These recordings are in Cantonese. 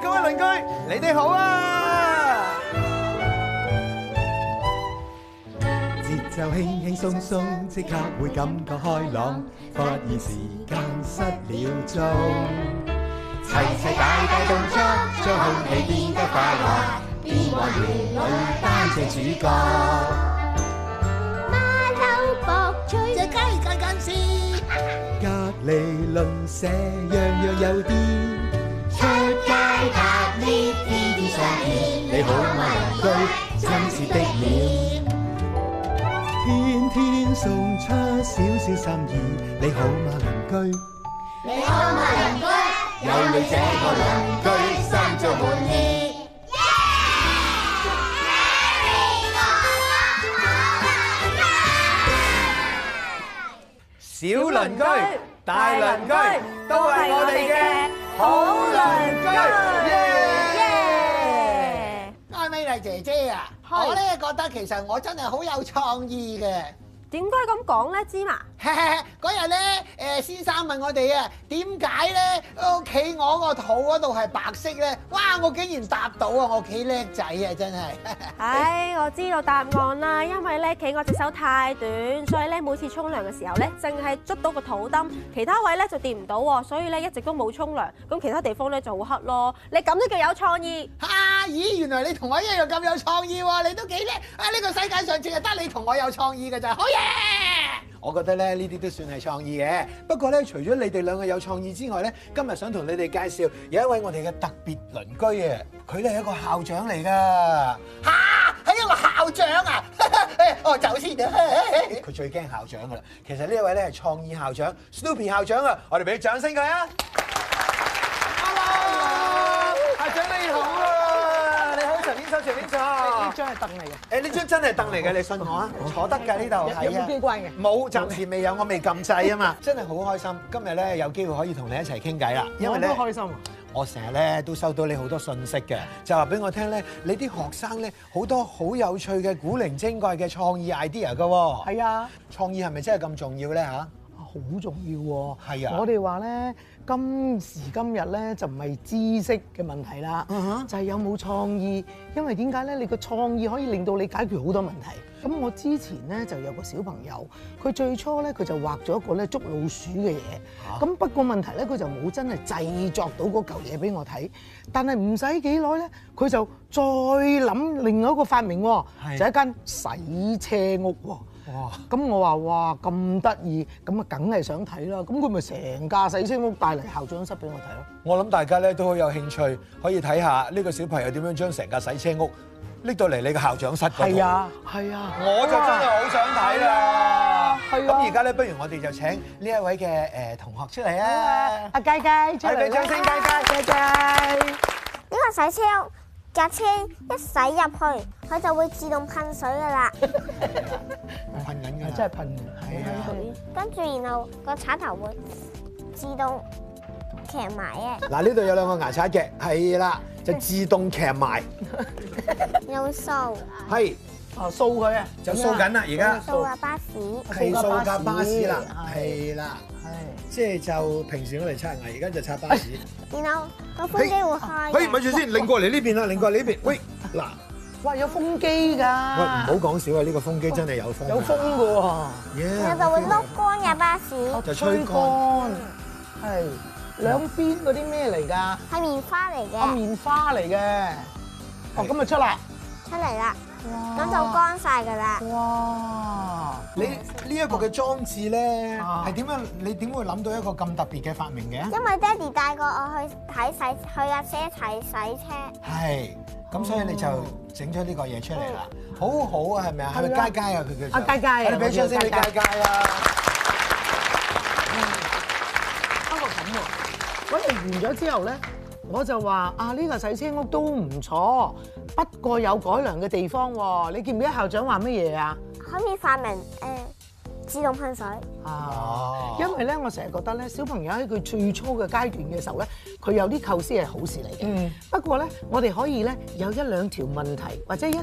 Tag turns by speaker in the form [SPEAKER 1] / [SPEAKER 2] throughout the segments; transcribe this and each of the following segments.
[SPEAKER 1] 鄰居，你哋好啊！
[SPEAKER 2] 節奏輕輕鬆鬆，即刻會感覺開朗，發現時間失了蹤。齊齊大大動作，將空氣變得快樂，變幻園裏扮隻主角。
[SPEAKER 3] 馬騮博取隻雞近近 視，
[SPEAKER 2] 隔離鄰舍樣樣有啲，
[SPEAKER 3] 出街搭 lift 天天上演。
[SPEAKER 2] 你好嗎鄰居真是的了。天天送出少少心意。你好嗎鄰居？
[SPEAKER 3] 你好嗎鄰居，有你這個鄰居，心中滿意。
[SPEAKER 1] 小鄰居、大鄰居都係我哋嘅好鄰居。耶！
[SPEAKER 4] 阿美麗姐姐啊，
[SPEAKER 5] 係
[SPEAKER 4] 我咧覺得其實我真係好有創意嘅。
[SPEAKER 5] 點解咁講咧？芝麻
[SPEAKER 4] 嗰日咧，誒先生問我哋啊，點解咧屋企我個肚嗰度係白色咧？哇！我竟然答到啊，我幾叻仔啊，真係。
[SPEAKER 5] 唉，我知道答案啦，因為咧企我隻手太短，所以咧每次沖涼嘅時候咧，淨係捉到個肚墩，其他位咧就掂唔到喎，所以咧一直都冇沖涼，咁其他地方咧就好黑咯。你咁都叫有創意？
[SPEAKER 4] 啊！咦，原來你同我一樣咁有創意喎，你都幾叻啊！呢個世界上淨係得你同我有創意㗎咋，好嘢！我覺得咧呢啲都算係創意嘅。不過咧，除咗你哋兩個有創意之外咧，今日想同你哋介紹有一位我哋嘅特別鄰居啊，佢咧係一個校長嚟㗎。嚇、係一個校長啊！ 我走先啊！ 佢最驚校長㗎啦。其實呢一位咧係創意校長 Snoopy 校長啊，我哋俾啲掌聲佢啊！校長你好啊！你好，陳先生，陳先生。
[SPEAKER 6] 呢張係凳嚟嘅，
[SPEAKER 4] 誒呢張真係凳嚟嘅，你信我啊！坐得㗎呢度，啊
[SPEAKER 6] 有有冇機關嘅？
[SPEAKER 4] 冇，暫時未有，我未撳掣啊嘛！真係好開心，今日咧有機會可以同你一齊傾偈啦。因為
[SPEAKER 6] 我都
[SPEAKER 4] 咧，
[SPEAKER 6] 開心啊！
[SPEAKER 4] 我成日咧都收到你好多信息嘅，就話俾我聽咧，你啲學生咧好多好有趣嘅古靈精怪嘅創意 idea 㗎喎。
[SPEAKER 6] 係啊，
[SPEAKER 4] 創意係咪真係咁重要咧嚇？
[SPEAKER 6] 好重要喎！
[SPEAKER 4] 係啊
[SPEAKER 6] 我哋話咧，今時今日咧就唔係知識嘅問題啦，
[SPEAKER 4] 嗯
[SPEAKER 6] 就係有冇創意。因為點解咧？你個創意可以令到你解決好多問題。咁我之前咧就有個小朋友，佢最初咧佢就畫咗一個咧捉老鼠嘅嘢。咁不過問題咧，佢就冇真係製作到嗰嚿嘢俾我睇。但係唔使幾耐咧，佢就再諗另外一個發明喎，就一間洗車屋喎。
[SPEAKER 4] 哇！
[SPEAKER 6] 咁我話哇咁得意，咁啊梗係想睇啦。咁佢咪成架洗車屋帶嚟校長室俾我睇咯。
[SPEAKER 4] 我諗大家咧都好有興趣，可以睇下呢個小朋友點樣將成架洗車屋拎到嚟你嘅校長室嗰度。
[SPEAKER 6] 係啊，係啊，
[SPEAKER 4] 我就真係好想睇啦。
[SPEAKER 6] 係啊
[SPEAKER 4] 咁而家咧，不如我哋就請呢一位嘅誒同學出嚟啊！
[SPEAKER 6] 阿佳佳出
[SPEAKER 4] 係俾
[SPEAKER 6] 嚟啦
[SPEAKER 4] 掌聲，佳佳。
[SPEAKER 6] 佳佳，
[SPEAKER 7] 呢個洗車屋架車一洗入去，佢就會自動噴水噶啦。
[SPEAKER 4] 噴緊㗎啦，
[SPEAKER 6] 真係噴嘅，
[SPEAKER 4] 係
[SPEAKER 7] 跟住然後個刷頭會自動騎埋嘅，
[SPEAKER 4] 嗱，呢度有兩個牙刷嘅，係啦，就自動騎埋，
[SPEAKER 7] 又掃
[SPEAKER 4] 係
[SPEAKER 6] 啊掃佢啊，
[SPEAKER 4] 就掃緊啦，而
[SPEAKER 6] 咁
[SPEAKER 4] 家
[SPEAKER 6] 啊
[SPEAKER 7] 掃啊巴士，
[SPEAKER 4] 係掃架巴士啦，
[SPEAKER 6] 係
[SPEAKER 4] 係啦，
[SPEAKER 6] 係
[SPEAKER 4] 即係就平時我哋刷牙，而家就刷巴士。
[SPEAKER 7] 然後個風機會開
[SPEAKER 4] 嘿，咪
[SPEAKER 7] 嘅。
[SPEAKER 4] 住先，擰過嚟呢邊啦，擰過嚟呢邊。喂，嗱，
[SPEAKER 6] 哇有風機
[SPEAKER 4] 喂，唔好
[SPEAKER 6] 㗎，
[SPEAKER 4] 講少啊，呢個風機真係有風。
[SPEAKER 6] 有風㗎喎，
[SPEAKER 7] 然
[SPEAKER 4] Yeah，
[SPEAKER 7] 後就會碌乾嘅巴士，
[SPEAKER 6] 有
[SPEAKER 4] 就吹乾
[SPEAKER 6] 係兩邊嗰啲咩嚟㗎？
[SPEAKER 7] 係棉花嚟
[SPEAKER 6] 啊
[SPEAKER 7] 嘅，
[SPEAKER 6] 棉花嚟嘅，哦咁咪出啦，
[SPEAKER 7] 出嚟啦，咁
[SPEAKER 6] 咁
[SPEAKER 7] 就乾晒噶啦。
[SPEAKER 6] 哇！
[SPEAKER 4] 你呢一個嘅裝置咧，
[SPEAKER 6] 啊
[SPEAKER 4] 係點樣？你點會諗到一個咁特別嘅發明嘅？
[SPEAKER 7] 因為爹哋帶過我去睇洗，去架車睇洗車，
[SPEAKER 4] 係，咁
[SPEAKER 6] 哦
[SPEAKER 4] 所以你就整咗呢個嘢出嚟啦，好好啊，係咪啊？係咪
[SPEAKER 6] 係啊
[SPEAKER 4] 佳佳啊？佢叫做
[SPEAKER 6] 啊佳佳啊
[SPEAKER 4] 我哋俾掌聲
[SPEAKER 6] 我
[SPEAKER 4] 你
[SPEAKER 6] 叫
[SPEAKER 4] 佳
[SPEAKER 6] 佳
[SPEAKER 4] 佳啊！
[SPEAKER 6] 不過咁喎，我哋完咗之後咧，我就話啊呢、個洗車屋都唔錯，不過有改良嘅地方喎。你記唔記得校長話乜嘢啊？
[SPEAKER 7] 可以發明誒自動噴水。
[SPEAKER 4] 哦
[SPEAKER 6] 啊！因為咧，我成日覺得咧，小朋友喺佢最初嘅階段嘅時候咧，佢有啲構思係好事嚟嘅。不過咧，我哋可以咧有一兩條問題或者一少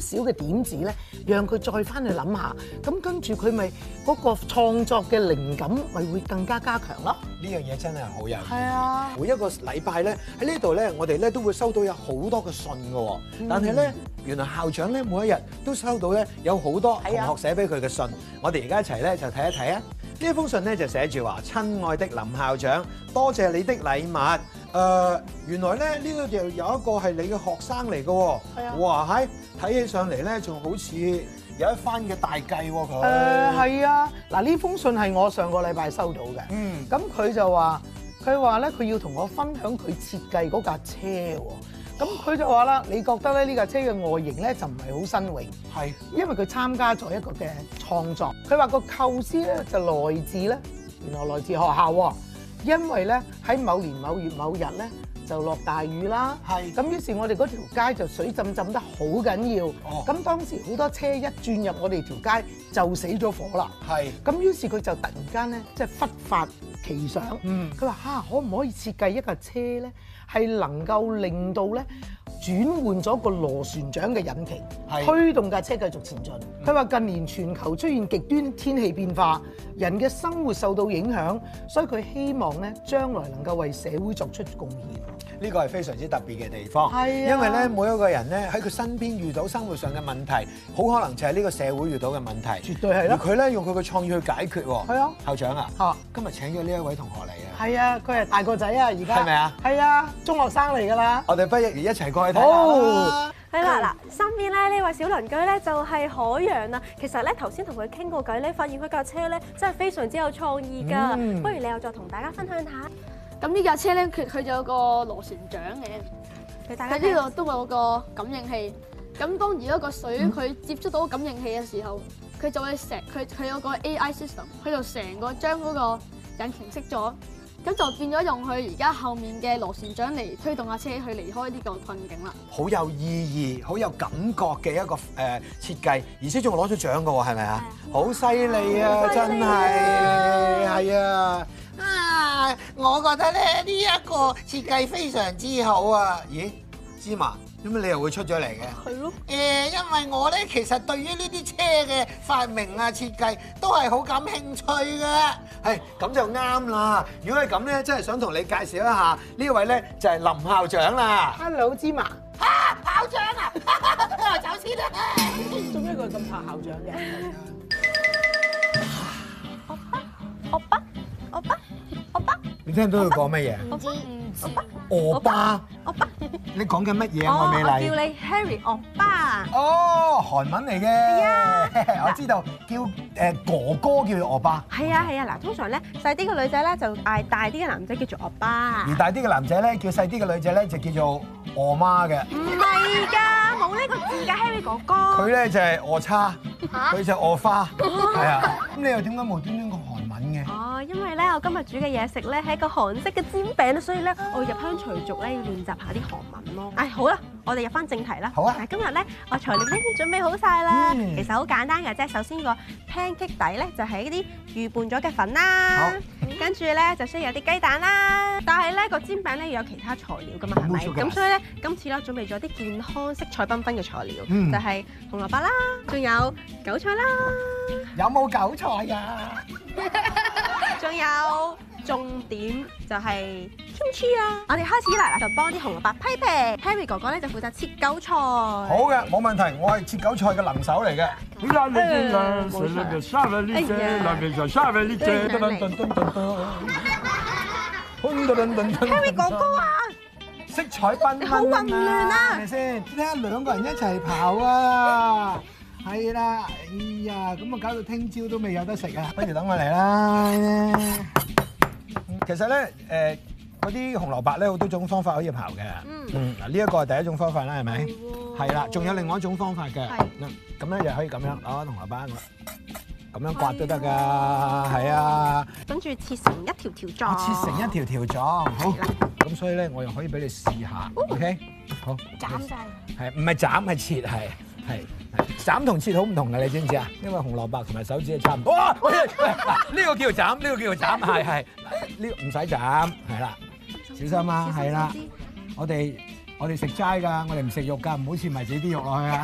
[SPEAKER 6] 少嘅點子咧，讓佢再翻去諗下。咁跟住佢咪嗰個創作嘅靈感咪會更加加強咯。
[SPEAKER 4] 呢樣嘢真係好有。
[SPEAKER 6] 係啊。
[SPEAKER 4] 每一個禮拜咧喺呢度咧，我哋咧都會收到有好多嘅信嘅喎。
[SPEAKER 6] 嗯
[SPEAKER 4] 但係咧，原來校長咧每一日都收到咧有好多同
[SPEAKER 6] 啊
[SPEAKER 4] 學寫俾佢嘅信。我哋而家一齊咧就睇一睇啊！呢一封信咧就寫住話：親愛的林校長，多謝你的禮物。誒、原來咧呢度就有一個係你嘅學生嚟嘅喎。
[SPEAKER 6] 係啊
[SPEAKER 4] 哇！係睇起上嚟咧，仲好似有一番嘅大計喎佢。
[SPEAKER 6] 誒係啊，嗱呢封信係我上個禮拜收到嘅。
[SPEAKER 4] 嗯，
[SPEAKER 6] 咁佢就話，佢話咧佢要同我分享佢設計嗰架車喎。咁佢就話啦，你覺得咧呢架車嘅外形咧就唔係好新穎，
[SPEAKER 4] 係。
[SPEAKER 6] 因為佢參加咗一個嘅創作。佢話個構思咧就來自咧，原來來自學校喎。因為咧喺某年某月某日咧就落大雨啦，
[SPEAKER 4] 係
[SPEAKER 6] 咁於是我哋嗰條街就水浸浸得好緊要，
[SPEAKER 4] 哦
[SPEAKER 6] 咁、當時好多車一轉入我哋條街就死咗火啦。
[SPEAKER 4] 係。
[SPEAKER 6] 咁於是佢就突然間咧，即係忽發奇想，佢話嚇可唔可以設計一架車咧，係能夠令到咧轉換咗個螺旋槳嘅引擎
[SPEAKER 4] 係，
[SPEAKER 6] 推動架車繼續前進。佢話、近年全球出現極端天氣變化，人嘅生活受到影響，所以佢希望咧將來能夠為社會作出貢獻。
[SPEAKER 4] 呢個係非常之特別嘅地方，
[SPEAKER 6] 係啊
[SPEAKER 4] 因為咧每一個人咧喺佢身邊遇到生活上嘅問題，好可能就係呢個社會遇到嘅問題，
[SPEAKER 6] 絕對係啦
[SPEAKER 4] 而佢咧用佢嘅創意去解決喎。
[SPEAKER 6] 係啊
[SPEAKER 4] 校長啊，
[SPEAKER 6] 嚇
[SPEAKER 4] 今日請咗呢一位同學嚟啊，
[SPEAKER 6] 係啊，佢係大個仔啊，而家
[SPEAKER 4] 係咪啊？
[SPEAKER 6] 係啊，中學生嚟㗎啦。
[SPEAKER 4] 我哋不如一齊過去睇下啦
[SPEAKER 6] 好。
[SPEAKER 5] 係啦，嗱，身邊咧呢位小鄰居咧就係海洋啦。其實咧頭先同佢傾過偈咧，發現佢架車咧真係非常之有創意㗎。不如你又再同大家分享下，
[SPEAKER 8] 咁呢架車咧，佢佢就有個螺旋槳嘅，
[SPEAKER 5] 俾大家
[SPEAKER 8] 佢
[SPEAKER 5] 睇。
[SPEAKER 8] 呢度都有個感應器。咁當而家個水佢接觸到感應器嘅時候，佢就會成佢佢有個 AI system，佢就成個將嗰個引擎熄咗，咁就變咗用佢而家後面嘅螺旋槳嚟推動架車去離開呢個困境啦。
[SPEAKER 4] 好有意義、好有感覺嘅一個誒、呃、設計，而且仲攞咗獎嘅喎，係咪啊？好犀利啊！真係係啊！啊，我覺得咧呢一個設計非常之好啊！咦，芝麻，點解你又會出咗嚟嘅？
[SPEAKER 8] 係咯，
[SPEAKER 4] 誒，因為我咧其實對於呢啲車嘅發明啊、設計都係好感興趣嘅。係，咁就啱啦。如果係咁咧，真係想同你介紹一下呢位咧就係林校長啦。
[SPEAKER 6] Hello，芝麻。
[SPEAKER 3] 校長啊， 走先啦。
[SPEAKER 6] 做咩佢咁怕校長嘅？
[SPEAKER 5] 我爸，我爸，我爸，
[SPEAKER 4] 你聽到佢講乜嘢？
[SPEAKER 5] 我
[SPEAKER 4] 我
[SPEAKER 5] 爸，
[SPEAKER 4] 巴，
[SPEAKER 5] 我爸。
[SPEAKER 4] 你講緊乜嘢
[SPEAKER 5] 哦
[SPEAKER 4] 啊？愛美
[SPEAKER 5] 我叫
[SPEAKER 4] 麗。
[SPEAKER 5] 你 Harry 我爸。
[SPEAKER 4] 哦，韓文嚟
[SPEAKER 5] 哎
[SPEAKER 4] 嘅， 我知道，叫誒哥哥叫我巴，
[SPEAKER 5] 係啊係啊，嗱，通常咧細啲嘅女仔咧就嗌大啲嘅男仔叫做我爸。
[SPEAKER 4] 而大啲嘅男仔咧叫細啲嘅女仔咧就叫做我媽嘅，
[SPEAKER 5] 唔係㗎，冇呢個字㗎，Harry 哥
[SPEAKER 4] 佢
[SPEAKER 5] 哥。
[SPEAKER 4] 咧就係我叉，佢就我花，係啊，咁你又點解無端端講韓文嘅？
[SPEAKER 5] 哦，因為咧我今日煮嘅嘢食咧係一個韓式嘅煎餅，所以咧我入鄉隨俗咧要練習下啲韓文咯。唉，好啦，我哋入翻正題啦。
[SPEAKER 4] 好啊
[SPEAKER 5] 嗱，今日咧我材料咧已經準備好晒啦，
[SPEAKER 4] 嗯
[SPEAKER 5] 其實好簡單嘅啫。首先個 pancake 底咧就係啲預拌咗嘅粉啦
[SPEAKER 4] 好，
[SPEAKER 5] 跟住咧就需要有啲雞蛋啦。但係咧個煎餅咧要有其他材料噶嘛，係咪？
[SPEAKER 4] 冇錯㗎
[SPEAKER 5] 咁所以咧今次咧我準備咗啲健康色彩繽紛嘅材料，
[SPEAKER 4] 嗯
[SPEAKER 5] 就係紅蘿蔔啦，仲有韭菜啦。
[SPEAKER 4] 有冇韭菜㗎？
[SPEAKER 5] 仲有重點就係啊 kimchi 啦，我哋開始啦，嗱就幫啲紅蘿蔔批皮，Harry 哥哥咧就負責切韭菜。
[SPEAKER 4] 好嘅，冇問題，我係切韭菜嘅能手嚟嘅。
[SPEAKER 5] 嗯哎，Harry 哥哥啊，
[SPEAKER 4] 色彩繽紛
[SPEAKER 5] 好混亂啊
[SPEAKER 4] 係咪先？睇下兩個人一齊跑啊！係啦，哎呀，咁啊搞到聽朝都未有得食啊！不如等我嚟啦。其實咧，誒嗰啲紅蘿蔔咧好多種方法可以刨嘅。嗯，嗱呢一個係第一種方法啦，係咪？係啦，仲有另外一種方法嘅。
[SPEAKER 5] 係
[SPEAKER 4] 嗱，咁咧就可以咁樣攞紅蘿蔔咁樣刮都得㗎，係啊，
[SPEAKER 5] 跟住切成一條
[SPEAKER 4] 我
[SPEAKER 5] 條狀，
[SPEAKER 4] 哦切成一條條狀，好。咁所以咧，我又可以俾你試下，OK？好。
[SPEAKER 7] 斬晒。
[SPEAKER 4] 係唔係斬係切係？係係斬同切好唔同嘅，你知唔知啊？因為紅蘿蔔同埋手指係差唔多。哇！喂喂嗱呢個叫斬，呢個叫 斬，係係呢個唔使斬，係啦，小心啊，係啦，我哋我哋食齋㗎，我哋唔食肉㗎，唔好切埋自己啲肉落去 啊。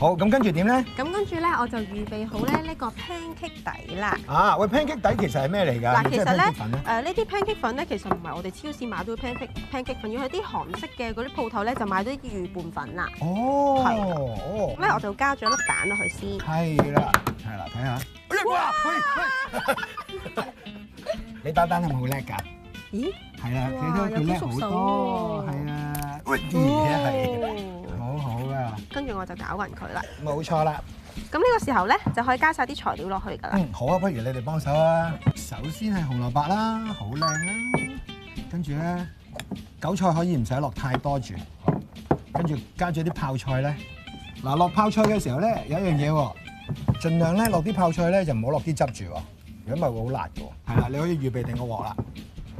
[SPEAKER 4] 好，咁跟住點咧？
[SPEAKER 9] 咁跟住咧，我就預備好咧呢個 pancake 底啦。
[SPEAKER 4] 啊，喂，pancake 底啊其實係咩嚟㗎？
[SPEAKER 9] 嗱，其
[SPEAKER 4] 即係
[SPEAKER 9] 實咧
[SPEAKER 4] pancake 粉咧，
[SPEAKER 9] 誒呢啲 pancake 粉咧，其實唔係我哋超市買到嘅 pancake pancake 粉，要喺啲韓式嘅嗰啲鋪頭咧就買到啲預拌粉啦。係啦
[SPEAKER 4] 哦，哦。
[SPEAKER 9] 咁咧我就加咗粒蛋落去先。
[SPEAKER 4] 係啦，係啦，睇下。哎呀哇！喂喂你打單係咪好叻㗎？
[SPEAKER 9] 咦？
[SPEAKER 4] 係啦，你
[SPEAKER 9] 哇
[SPEAKER 4] 都佢
[SPEAKER 9] 有
[SPEAKER 4] 叻
[SPEAKER 9] 啲熟
[SPEAKER 4] 好
[SPEAKER 9] 手
[SPEAKER 4] 多，
[SPEAKER 9] 喎
[SPEAKER 4] 係啊。喂，而且係 好啊好㗎，
[SPEAKER 9] 哦跟住我就攪勻佢啦。
[SPEAKER 4] 冇錯啦。
[SPEAKER 9] 咁呢個時候咧就可以加晒啲材料落去㗎啦。
[SPEAKER 4] 嗯，好啊，不如你哋幫手啊。首先係紅蘿蔔啦，好靚啦。跟住咧，韭菜可以唔使落太多住。跟住加咗啲泡菜咧。嗱，落泡菜嘅時候咧，有一樣嘢喎，盡量咧落啲泡菜咧就唔好落啲汁住喎，如果唔係會好辣嘅喎。係啦，你可以預備定個鑊啦。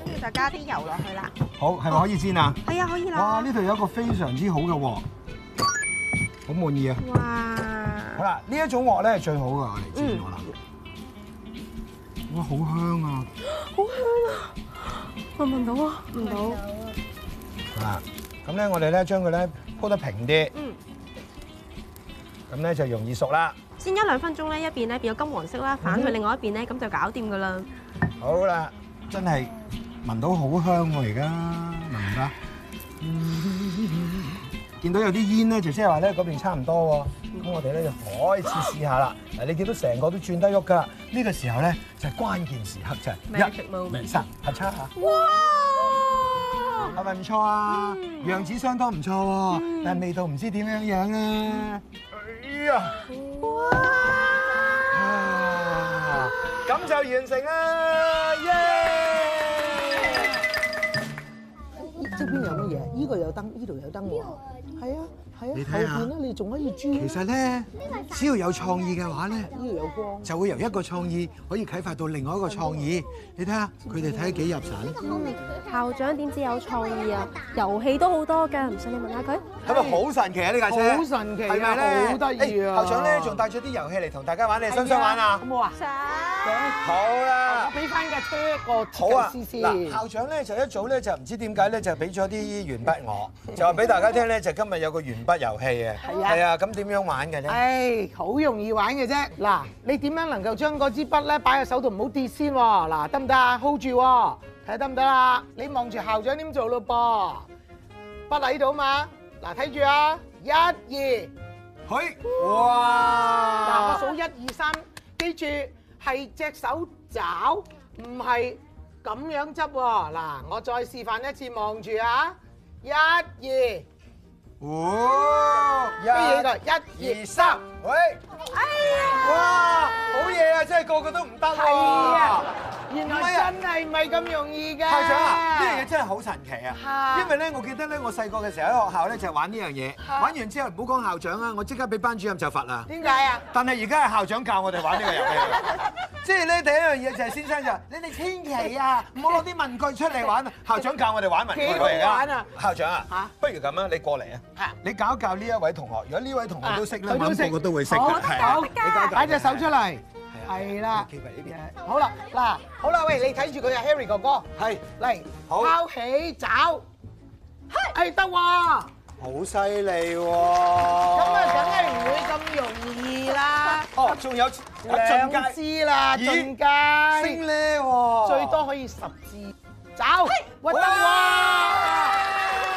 [SPEAKER 9] 跟住就加啲油落去啦。
[SPEAKER 4] 好，係咪可以煎啊？
[SPEAKER 9] 係啊，可以
[SPEAKER 4] 哇！
[SPEAKER 9] 啦。
[SPEAKER 4] 呢度有一個非常之好嘅鑊，好滿意啊！好
[SPEAKER 9] 哇！
[SPEAKER 4] 啦，呢一種鑊咧係最好嘅，我哋
[SPEAKER 9] 嗯
[SPEAKER 4] 知道啦。哇，好香啊！
[SPEAKER 9] 我聞到啊，聞到。
[SPEAKER 4] 啊，咁咧我哋咧將佢咧鋪得平啲，
[SPEAKER 9] 嗯，
[SPEAKER 4] 咁咧就容易熟啦。
[SPEAKER 9] 煎一兩分鐘咧，一邊咧變咗金黃色啦，
[SPEAKER 4] 嗯
[SPEAKER 9] 反去另外一邊咧，咁就搞掂㗎啦。
[SPEAKER 4] 好啦，真係聞到好香喎，而家聞唔得？見到有啲煙咧，就即係話咧嗰邊差唔多喎。咁我哋咧就開始試下啦。嗱，你見到成個都轉得喐㗎。呢個時候咧就係關鍵時刻就係
[SPEAKER 9] Magic
[SPEAKER 4] 一、
[SPEAKER 9] moment
[SPEAKER 4] 二、三，合測下。
[SPEAKER 9] 哇！
[SPEAKER 4] 啊係咪唔錯啊？樣子相當唔錯喎，但係味道唔知點樣樣咧。哎呀！哇！咁就完成啊啦！耶！
[SPEAKER 6] 側邊有乜嘢？依個有燈，依度有燈喎。係啊，係啊。
[SPEAKER 4] 你睇下
[SPEAKER 6] 後邊咧，你仲可以轉
[SPEAKER 4] 其
[SPEAKER 6] 啊。
[SPEAKER 4] 實咧，只要有創意嘅話咧，
[SPEAKER 6] 依度有光。
[SPEAKER 4] 就會由一個創意可以啟發到另外一個創意。你睇下佢哋睇得幾入神，
[SPEAKER 5] 校長點知有創意啊？遊戲都好多㗎，唔信你問下佢。
[SPEAKER 4] 係咪好神奇啊？呢架車
[SPEAKER 6] 好神奇啊
[SPEAKER 4] 係咪咧
[SPEAKER 6] 好得意啊
[SPEAKER 4] 哎校長咧仲帶咗啲遊戲嚟同大家玩，你哋想唔想玩啊
[SPEAKER 6] 好？冇啊？
[SPEAKER 4] 好啦
[SPEAKER 6] 我。俾翻架車個
[SPEAKER 4] 好
[SPEAKER 6] 設計
[SPEAKER 4] 啊！
[SPEAKER 6] 師先。
[SPEAKER 4] 嗱，校長咧就一早咧就唔知點解咧就俾咗啲鉛筆我，就話俾大家聽咧就今日有個鉛筆遊戲嘅，
[SPEAKER 6] 係啊
[SPEAKER 4] 係啊，咁點樣玩嘅咧？
[SPEAKER 6] 唉，好容易玩嘅啫。嗱，你點樣能夠將嗰支筆咧擺喺手度唔好跌先喎？嗱，得唔得啊？hold 住喎，睇下得唔得啦？你望住校長點做咯噃？筆喺度嘛？嗱，睇住啊，一、二，
[SPEAKER 4] 佢
[SPEAKER 6] 嗱，我
[SPEAKER 4] 哇！
[SPEAKER 6] 數一、二、三，記住係隻手爪，唔係咁樣執喎。嗱，我再示範一次，望住啊，一、二，
[SPEAKER 4] 哦，一
[SPEAKER 6] 咩嘢㗎？一、二
[SPEAKER 4] 二。三，喂！哇，好嘢啊！真係個個都唔得
[SPEAKER 6] 係啊
[SPEAKER 4] 喎。，
[SPEAKER 6] à. 原來真係唔係咁容易㗎。
[SPEAKER 4] 校長啊，呢樣嘢真係好神奇啊！
[SPEAKER 6] 嚇
[SPEAKER 4] 因為咧，我記得咧，我細個嘅時候喺學校咧就係玩呢樣嘢，
[SPEAKER 6] 嚇
[SPEAKER 4] 玩完之後唔好講校長啊，我即刻俾班主任就罰啦。
[SPEAKER 6] 點解啊？
[SPEAKER 4] 但係而家係校長教我哋玩呢個遊戲 啦，即係咧第一樣嘢就係先生就話你哋千祈啊，唔好攞啲文具出嚟玩 啊。校長教我哋玩文具
[SPEAKER 6] 幾好玩啊！
[SPEAKER 4] 校長啊
[SPEAKER 6] 嚇，
[SPEAKER 4] 不如咁啊，你過嚟啊
[SPEAKER 6] 嚇，
[SPEAKER 4] 你教一教呢一位同學，如果呢位同學都識咧，
[SPEAKER 6] 佢
[SPEAKER 4] 我
[SPEAKER 6] 哦都
[SPEAKER 4] 諗
[SPEAKER 6] 識
[SPEAKER 4] 個個都會識
[SPEAKER 6] 好
[SPEAKER 4] 嘅。係啊
[SPEAKER 6] 好
[SPEAKER 4] 你教一教
[SPEAKER 6] 擺隻手出嚟，
[SPEAKER 4] 係啊
[SPEAKER 6] 係啦
[SPEAKER 4] 企埋呢邊。
[SPEAKER 6] 好啦，嗱，好啦，喂，你睇住佢啊，Harry 哥哥，
[SPEAKER 4] 係
[SPEAKER 6] 嚟
[SPEAKER 4] 好
[SPEAKER 6] 拋起爪，係得喎，
[SPEAKER 4] 好犀利喎！
[SPEAKER 6] 咁
[SPEAKER 4] 咁
[SPEAKER 6] 啊，梗係唔會咁容易啦，
[SPEAKER 4] 哦，仲有兩
[SPEAKER 6] 兩支啦，
[SPEAKER 4] 咦
[SPEAKER 6] 進階
[SPEAKER 4] 升。咧喎，
[SPEAKER 6] 最多可以十字爪，屈得哇！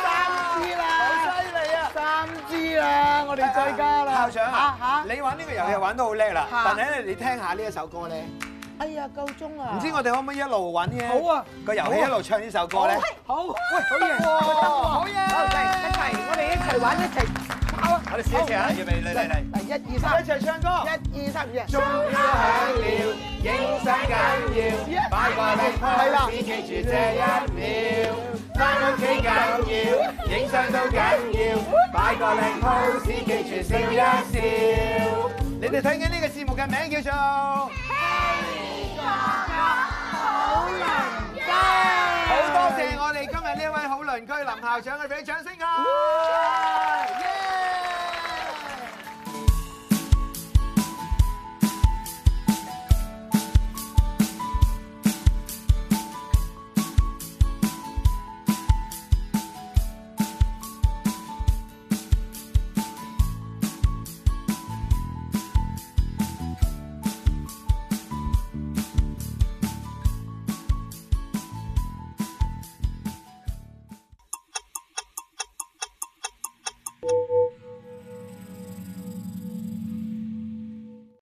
[SPEAKER 6] 三支
[SPEAKER 4] 好
[SPEAKER 6] 啦，
[SPEAKER 4] 犀利啊！
[SPEAKER 6] 三支啦，我哋再加啦。
[SPEAKER 4] 校長
[SPEAKER 6] 嚇
[SPEAKER 4] 啊，
[SPEAKER 6] 嚇，
[SPEAKER 4] 你玩呢個遊戲玩得好叻啦，
[SPEAKER 6] 嚇
[SPEAKER 4] 但係咧你聽下呢一首歌咧，
[SPEAKER 6] 哎呀夠鐘啊！
[SPEAKER 4] 唔知我哋可唔可以一路玩呢？
[SPEAKER 6] 好啊
[SPEAKER 4] 個遊戲一路唱呢首歌咧。
[SPEAKER 6] 好，喂，好
[SPEAKER 4] 得
[SPEAKER 6] 嘢，
[SPEAKER 4] 喎
[SPEAKER 6] 好
[SPEAKER 4] 好嘢
[SPEAKER 6] 嚟一齊，我哋一齊玩一齊跑啊！
[SPEAKER 4] 我哋試一試啊預備嚟嚟嚟
[SPEAKER 6] 嚟一二三，
[SPEAKER 4] 一齊唱歌
[SPEAKER 6] 一二三，一。
[SPEAKER 4] 鐘敲響了，影相緊要，擺個靚 pose，記住這一秒。翻屋企緊要，影相都緊要，擺個靚 pose，記住笑一笑。你哋睇緊呢個節目嘅名叫做。好多謝我哋今日呢位好鄰居林校長，我哋俾啲掌聲佢。